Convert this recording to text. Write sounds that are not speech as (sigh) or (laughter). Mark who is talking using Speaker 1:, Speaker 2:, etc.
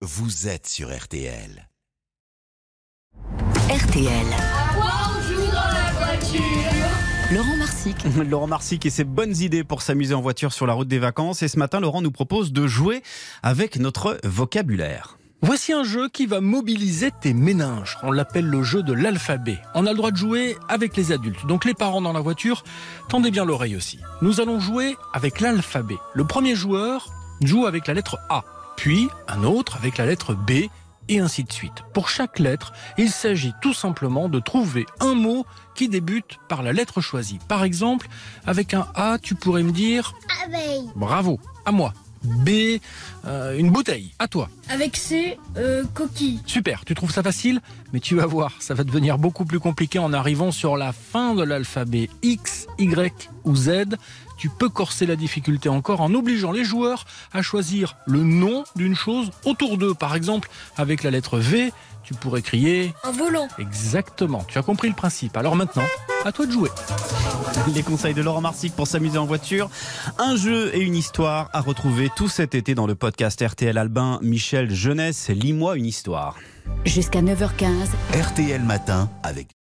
Speaker 1: Vous êtes sur RTL.
Speaker 2: RTL.
Speaker 3: Bonjour dans la voiture.
Speaker 2: Laurent Marsic.
Speaker 4: Laurent Marsic et ses bonnes idées pour s'amuser en voiture sur la route des vacances. Et ce matin, Laurent nous propose de jouer avec notre vocabulaire.
Speaker 5: Voici un jeu qui va mobiliser tes méninges. On l'appelle le jeu de l'alphabet. On a le droit de jouer avec les adultes. Donc les parents dans la voiture, tendez bien l'oreille aussi. Nous allons jouer avec l'alphabet. Le premier joueur joue avec la lettre A, puis un autre avec la lettre B, et ainsi de suite. Pour chaque lettre, il s'agit tout simplement de trouver un mot qui débute par la lettre choisie. Par exemple, avec un A, tu pourrais me dire
Speaker 3: Abeille.
Speaker 5: bravo, à moi. B, euh, une bouteille, à toi.
Speaker 3: Avec ses euh, coquilles.
Speaker 5: Super, tu trouves ça facile Mais tu vas voir, ça va devenir beaucoup plus compliqué en arrivant sur la fin de l'alphabet X, Y ou Z. Tu peux corser la difficulté encore en obligeant les joueurs à choisir le nom d'une chose autour d'eux. Par exemple, avec la lettre V, tu pourrais crier
Speaker 3: Un volant.
Speaker 5: exactement. Tu as compris le principe. Alors maintenant, à toi de jouer.
Speaker 4: (laughs) Les conseils de Laurent Marsic pour s'amuser en voiture. Un jeu et une histoire à retrouver tout cet été dans le podcast RTL Albin. Michel Jeunesse, lis-moi une histoire.
Speaker 2: Jusqu'à 9h15.
Speaker 1: RTL Matin avec